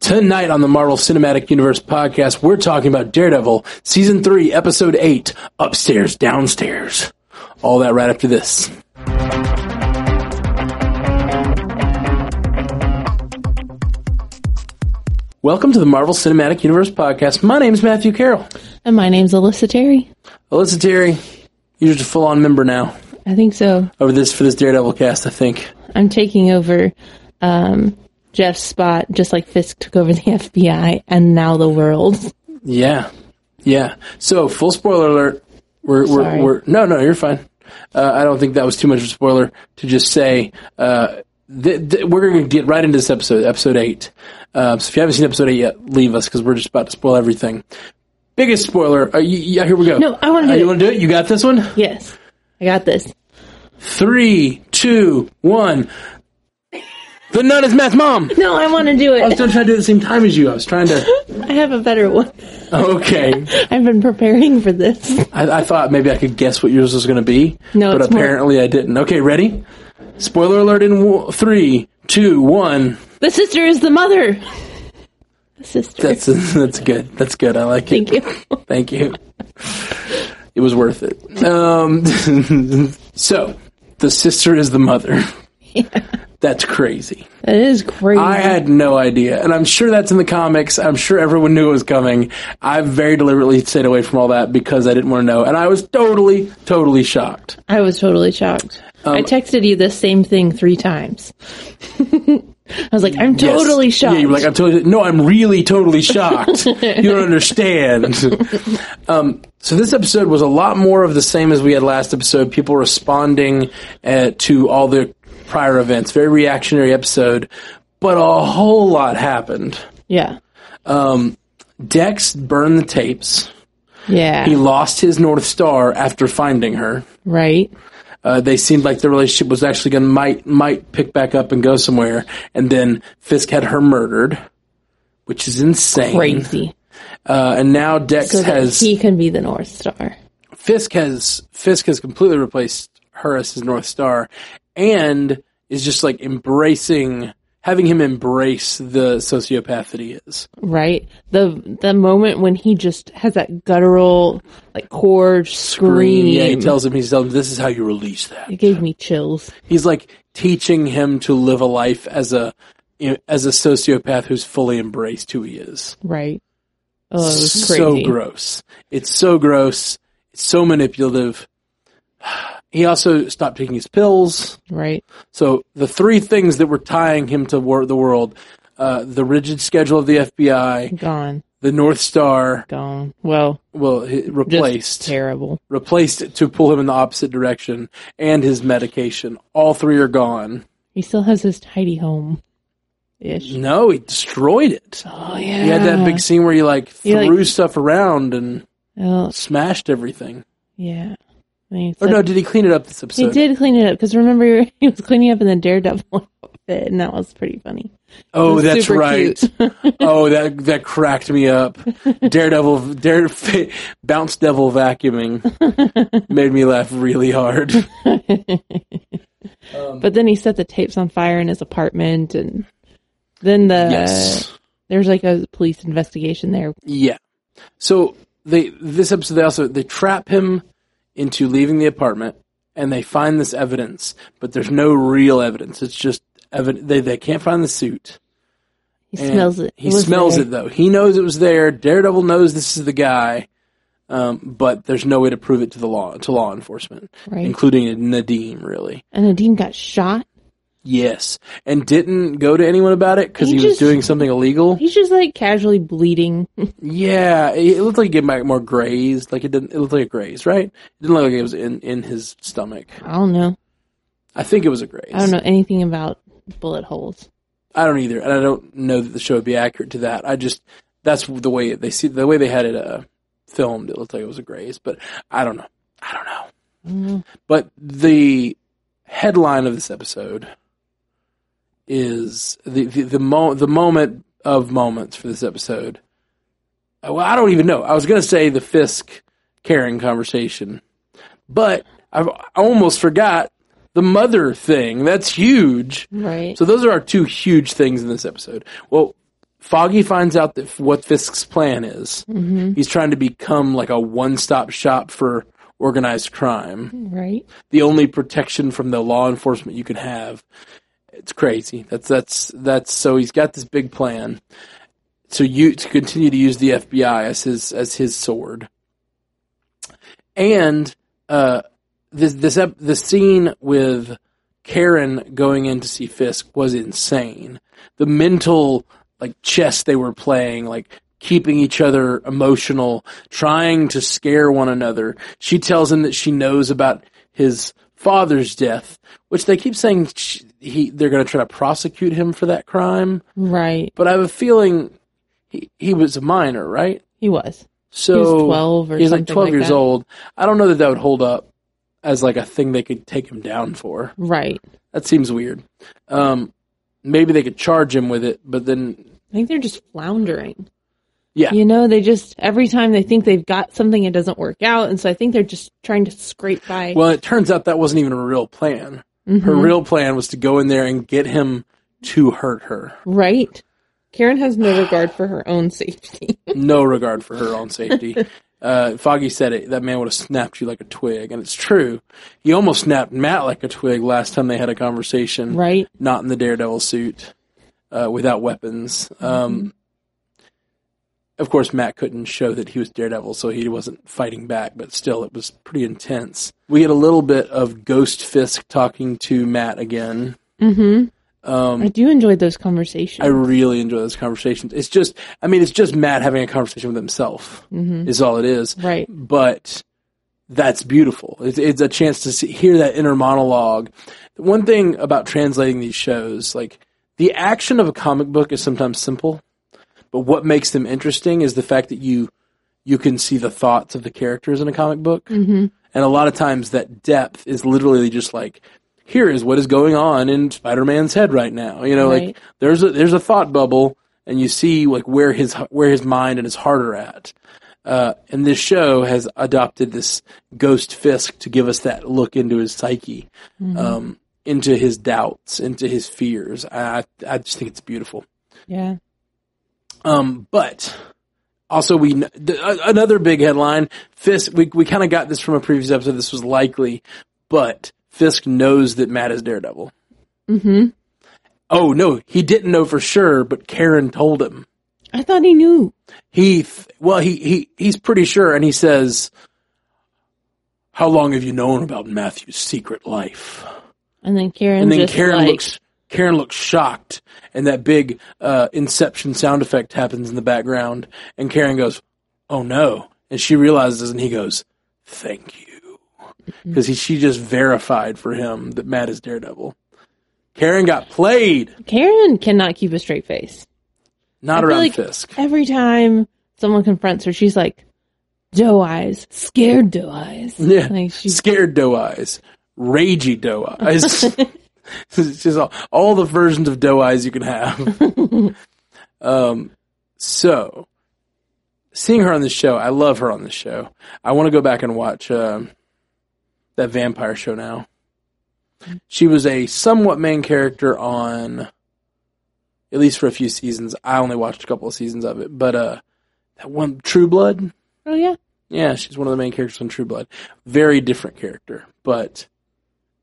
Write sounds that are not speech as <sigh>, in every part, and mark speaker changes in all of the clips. Speaker 1: Tonight on the Marvel Cinematic Universe podcast, we're talking about Daredevil, Season 3, Episode 8, Upstairs, Downstairs. All that right after this. Welcome to the Marvel Cinematic Universe podcast. My name's Matthew Carroll.
Speaker 2: And my name's Alyssa Terry.
Speaker 1: Alyssa Terry, you're just a full on member now
Speaker 2: I think so.
Speaker 1: over this for this Daredevil cast, I think.
Speaker 2: I'm taking over um, Jeff's spot, just like Fisk took over the <laughs> FBI and now the world.
Speaker 1: Yeah, yeah. So full spoiler alert. We're we're,
Speaker 2: Sorry.
Speaker 1: we're no no you're fine. Uh, I don't think that was too much of a spoiler to just say uh, th- th- we're going to get right into this episode, episode eight. Uh, so if you haven't seen episode eight yet, leave us because we're just about to spoil everything. Biggest spoiler. Uh, you, yeah, here we go.
Speaker 2: No, I wanna do
Speaker 1: Uh, you
Speaker 2: it.
Speaker 1: want to do it? You got this one.
Speaker 2: Yes, I got this.
Speaker 1: Three, two, one. The nun is Matt's
Speaker 2: <laughs>
Speaker 1: mom.
Speaker 2: No, I want to do
Speaker 1: I was
Speaker 2: it.
Speaker 1: trying to do it at the same time as you. I was trying
Speaker 2: <laughs>
Speaker 1: to.
Speaker 2: I have a better one.
Speaker 1: Okay.
Speaker 2: I've been preparing for this.
Speaker 1: I, I thought maybe I could guess what yours was going to be.
Speaker 2: No,
Speaker 1: but
Speaker 2: it's more-
Speaker 1: apparently I didn't. Okay, ready? Spoiler alert in w- three, two, one.
Speaker 2: The sister is the mother. The sister.
Speaker 1: That's <laughs> that's good. That's good. I like
Speaker 2: Thank
Speaker 1: it.
Speaker 2: you.
Speaker 1: Thank you. It was worth it. Um, <laughs> so the sister is the mother.
Speaker 2: <laughs>
Speaker 1: That's crazy.
Speaker 2: That is crazy.
Speaker 1: I had no idea, and I'm sure that's in the comics. I'm sure everyone knew it was coming. I very deliberately stayed away from all that because I didn't want to know, and I was totally, totally shocked.
Speaker 2: I was totally shocked.
Speaker 1: um,
Speaker 2: I texted you the same thing three times. <laughs> I was like, I'm
Speaker 1: Yes.
Speaker 2: totally shocked.
Speaker 1: Yeah, you're like, I'm totally, no, I'm really totally
Speaker 2: <laughs>
Speaker 1: shocked. you don't understand. <laughs> um, so this episode was a lot more of the same as we had last episode. People responding uh, to all the prior events. Very reactionary episode, but a whole lot happened.
Speaker 2: yeah.
Speaker 1: Dex burned the tapes.
Speaker 2: Yeah.
Speaker 1: He lost his North Star after finding her.
Speaker 2: right.
Speaker 1: Uh, they seemed like the relationship was actually going to might might pick back up and go somewhere. And then Fisk had her murdered, which is insane.
Speaker 2: Crazy.
Speaker 1: Uh, and now Dex
Speaker 2: so that
Speaker 1: has
Speaker 2: he can be the North Star.
Speaker 1: Fisk has Fisk has completely replaced her as his North Star, and is just like embracing having him embrace the sociopath that he is.
Speaker 2: Right? The the moment when he just has that guttural like core scream.
Speaker 1: Yeah, he tells him he's telling him this is how you release that.
Speaker 2: it gave me chills.
Speaker 1: He's like teaching him to live a life as a as a sociopath who's fully embraced who he is.
Speaker 2: Right. Oh, it was
Speaker 1: so
Speaker 2: crazy.
Speaker 1: gross. It's so gross. It's so manipulative. <sighs> He also stopped taking his pills.
Speaker 2: right.
Speaker 1: So the three things that were tying him to wor- the world: uh, the rigid schedule of the FBI,
Speaker 2: Gone.
Speaker 1: the North Star,
Speaker 2: Gone. Well,
Speaker 1: well, he-
Speaker 2: just
Speaker 1: replaced,
Speaker 2: terrible.
Speaker 1: replaced to pull him in the opposite direction, and his medication. All three are gone.
Speaker 2: He still has his tidy home ish.
Speaker 1: No, he destroyed it.
Speaker 2: Oh yeah.
Speaker 1: He had that big scene where he like
Speaker 2: He, like-
Speaker 1: threw stuff around and
Speaker 2: Oh,
Speaker 1: smashed everything.
Speaker 2: yeah. I mean,
Speaker 1: Or
Speaker 2: so-
Speaker 1: Oh, no, did he clean it up this episode?
Speaker 2: he did clean it up because remember <laughs> he was cleaning up in the daredevil <laughs> outfit, and that was pretty funny. It
Speaker 1: Oh,
Speaker 2: was
Speaker 1: that's
Speaker 2: super
Speaker 1: right.
Speaker 2: cute. <laughs>
Speaker 1: oh, that that cracked me up. Daredevil, dare, <laughs> bounce devil vacuuming made me laugh really
Speaker 2: <laughs>
Speaker 1: hard.
Speaker 2: But then he set the tapes on fire in his apartment, and then the Uh,
Speaker 1: yes,
Speaker 2: there's like a police investigation there.
Speaker 1: yeah. So they this episode they also they trap him into leaving the apartment, and they find this evidence, but there's no real evidence. It's just evidence. They they can't find the suit.
Speaker 2: He
Speaker 1: And
Speaker 2: smells it.
Speaker 1: He smells it though. He knows it was there. Daredevil knows this is the guy, um, but there's no way to prove it to the law to law enforcement,
Speaker 2: Right.
Speaker 1: including Nadine. Really,
Speaker 2: And Nadine got shot.
Speaker 1: yes, and didn't go to anyone about it because
Speaker 2: He
Speaker 1: he, was
Speaker 2: just-
Speaker 1: doing something illegal.
Speaker 2: He's just like casually bleeding. <laughs>
Speaker 1: yeah, it it looked like it got more- more grazed. Like it didn't. It looked like a graze, right? It didn't look like it was in in his stomach.
Speaker 2: I don't know.
Speaker 1: I think it was a graze.
Speaker 2: I don't know anything about bullet holes.
Speaker 1: I don't either, and I don't know that the show would be accurate to that. I just that's the way they see the way they had it uh, filmed. It looked like it was a graze, but I don't know. I don't know.
Speaker 2: I don't know.
Speaker 1: But the headline of this episode is the the the, mo- the moment of moments for this episode. Uh, Well, I don't even know. I was going to say the Fisk caring conversation, but I've, I almost forgot the mother thing. That's huge.
Speaker 2: Right.
Speaker 1: So those are our two huge things in this episode. Well, Foggy finds out that what Fisk's plan is. He's trying to become like a one-stop shop for organized crime.
Speaker 2: right?
Speaker 1: The only protection from the law enforcement you can have. It's crazy. That's that's that's so he's got this big plan. So you to continue to use the FBI as his as his sword. And uh, this this ep- the scene with Karen going in to see Fisk was insane. The mental like chess they were playing, like keeping each other emotional, trying to scare one another. She tells him that she knows about his father's death, which they keep saying she, he they're going to try to prosecute him for that crime.
Speaker 2: Right.
Speaker 1: But I have a feeling he he was a minor, right?
Speaker 2: He was.
Speaker 1: So
Speaker 2: He was 12 or
Speaker 1: he's like
Speaker 2: something
Speaker 1: twelve
Speaker 2: like
Speaker 1: years
Speaker 2: that.
Speaker 1: old. I don't know that that would hold up as like a thing they could take him down for.
Speaker 2: Right.
Speaker 1: That seems weird. Um, maybe they could charge him with it, but then
Speaker 2: I think they're just floundering.
Speaker 1: yeah,
Speaker 2: You know, they just every time they think they've got something, it doesn't work out, and so I think they're just trying to scrape by.
Speaker 1: Well, it turns out that wasn't even her real plan. Her real plan was to go in there and get him to hurt her.
Speaker 2: right. Karen has no regard for her own safety.
Speaker 1: No regard for her own safety. Uh, Foggy said it. That man would have snapped you like a twig, and it's true. He almost snapped Matt like a twig last time they had a conversation.
Speaker 2: right.
Speaker 1: Not in the daredevil suit, uh, without weapons. Um, of course, Matt couldn't show that he was daredevil, so he wasn't fighting back. But still, it was pretty intense. We get a little bit of Ghost Fisk talking to Matt again.
Speaker 2: I do enjoy those conversations.
Speaker 1: Um, I really enjoy those conversations. It's just, I mean, it's just Matt having a conversation with himself is all it is.
Speaker 2: right.
Speaker 1: But that's beautiful. It's, it's a chance to see, hear that inner monologue. One thing about translating these shows, like the action of a comic book is sometimes simple, but what makes them interesting is the fact that you you can see the thoughts of the characters in a comic book. Mm-hmm. And a lot of times that depth is literally just like, here is what is going on in Spider-Man's head right now. You know, like
Speaker 2: Right.
Speaker 1: there's a, there's a thought bubble and you see like where his, where his mind and his heart are at. Uh, and this show has adopted this ghost Fisk to give us that look into his psyche, um, into his doubts, into his fears. I, I just think it's beautiful.
Speaker 2: Yeah.
Speaker 1: Um, but also we kn- th- a- another big headline. Fisk. We we kind of got this from a previous episode. This was likely, but Fisk knows that Matt is Daredevil. Mm-hmm. Oh no, he didn't know for sure, but Karen told him.
Speaker 2: I thought he knew.
Speaker 1: He th- well, he he he's pretty sure, and he says, "How long have you known about Matthew's secret life?"
Speaker 2: And then Karen.
Speaker 1: And then
Speaker 2: just
Speaker 1: Karen
Speaker 2: like,
Speaker 1: looks Karen looks shocked, and that big uh, Inception sound effect happens in the background, and Karen goes, "Oh no!" And she realizes, and he goes, "Thank you,"
Speaker 2: Mm-hmm.
Speaker 1: because she just verified for him that Matt is Daredevil. Karen got played,
Speaker 2: Karen cannot keep a straight face.
Speaker 1: not
Speaker 2: I feel
Speaker 1: around
Speaker 2: like
Speaker 1: Fisk.
Speaker 2: Every time someone confronts her, she's like, doe eyes, scared doe eyes.
Speaker 1: Yeah,
Speaker 2: Like she,
Speaker 1: scared doe eyes, ragey doe eyes. <laughs> it's just all, all the versions of doe eyes you can have. um, so seeing her on the show, I love her on the show. I want to go back and watch um that vampire show now. She was a somewhat main character on, at least for a few seasons. I only watched a couple of seasons of it, but uh, that one True Blood.
Speaker 2: oh, yeah.
Speaker 1: Yeah, she's one of the main characters on True Blood. Very different character, but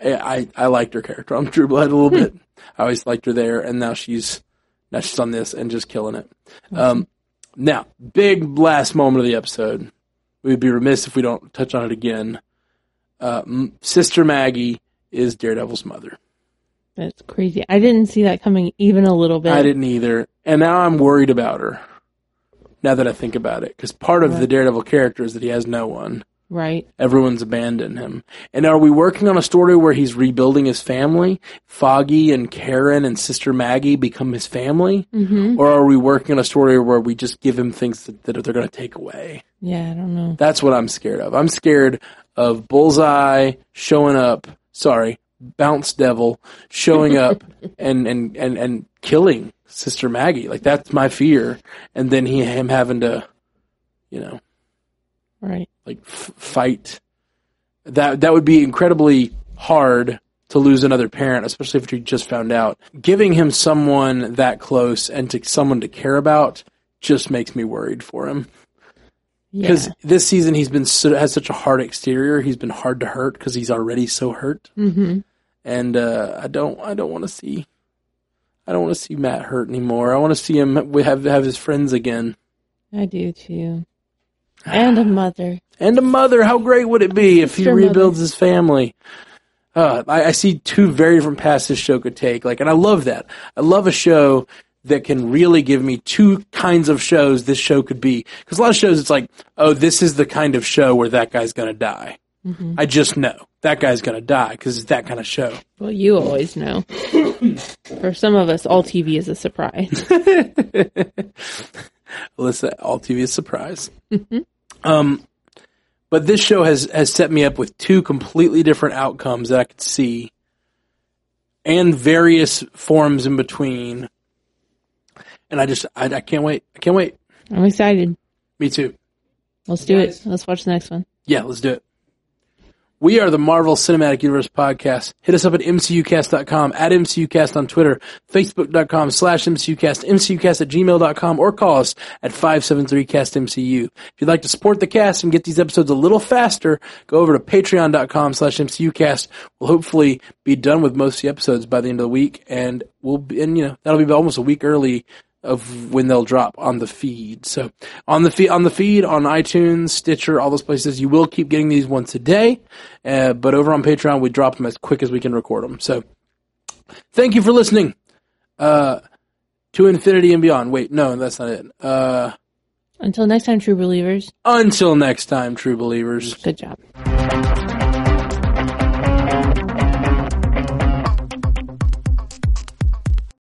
Speaker 1: eh, I I, I liked her character on <laughs> True Blood a little bit. I always liked her there, and now she's now she's on this and just killing it. Um, now, big last moment of the episode. We'd be remiss if we don't touch on it again. Uh, M- Sister Maggie is Daredevil's mother.
Speaker 2: That's crazy. I didn't see that coming even a little bit.
Speaker 1: I didn't either, and now I'm worried about her. Now that I think about it, because part of the Daredevil character is that he has no one.
Speaker 2: Right.
Speaker 1: Everyone's abandoned him. And are we working on a story where he's rebuilding his family? Foggy and Karen and Sister Maggie become his family? Mm-hmm. Or are we working on a story where we just give him things that, that they're going to take away?
Speaker 2: Yeah, I don't know.
Speaker 1: That's what I'm scared of. I'm scared of Bullseye showing up, sorry, Bounce Devil showing up and, and, and, and killing Sister Maggie. Like, that's my fear. And then he, him having to, you know,
Speaker 2: Right.
Speaker 1: like f- fight that that would be incredibly hard to lose another parent, especially if you just found out. Giving him someone that close and to someone to care about just makes me worried for him
Speaker 2: Yeah.
Speaker 1: because this season he's been so, has such a hard exterior. He's been hard to hurt because he's already so hurt,
Speaker 2: Mm-hmm.
Speaker 1: and uh, I don't I don't want to see I don't want to see Matt hurt anymore. I want to see him have have his friends again
Speaker 2: I
Speaker 1: <sighs>
Speaker 2: do too. And a mother.
Speaker 1: and a mother. How great would it be if he
Speaker 2: Extra mother.
Speaker 1: rebuilds his family? Uh, I, I see two very different paths this show could take. Like, and I love that. I love a show that can really give me two kinds of shows this show could be. Because a lot of shows, it's like, oh, this is the kind of show where that guy's gonna die. I just know that guy's gonna die because it's that kind of show.
Speaker 2: Well, you always
Speaker 1: <laughs>
Speaker 2: know. For some of us, all TV is a surprise.
Speaker 1: Alyssa, all TV is surprise. um, but this show has has set me up with two completely different outcomes that I could see, and various forms in between. And I just, I, I can't wait. I can't wait.
Speaker 2: I'm excited.
Speaker 1: Me too.
Speaker 2: Let's do
Speaker 1: Guys.
Speaker 2: it. Let's watch the next one.
Speaker 1: Yeah, let's do it. We are the Marvel Cinematic Universe podcast. Hit us up at mcucast.com, at mcucast on Twitter, facebook.com slash mcucast, mcucast at gmail.com, or call us at 573-CAST-MCU. If you'd like to support the cast and get these episodes a little faster, go over to patreon.com slash mcucast. We'll hopefully be done with most of the episodes by the end of the week, and we'll be, and you know, that'll be about almost a week early of when they'll drop on the feed. So on the feed, on the feed, on iTunes, Stitcher, all those places, you will keep getting these once a day. Uh, but over on Patreon, we drop them as quick as we can record them. So thank you for listening. Uh, to infinity and beyond. Wait, no, that's not it. Uh,
Speaker 2: Until next time, true believers,
Speaker 1: until next time, true believers.
Speaker 2: good job.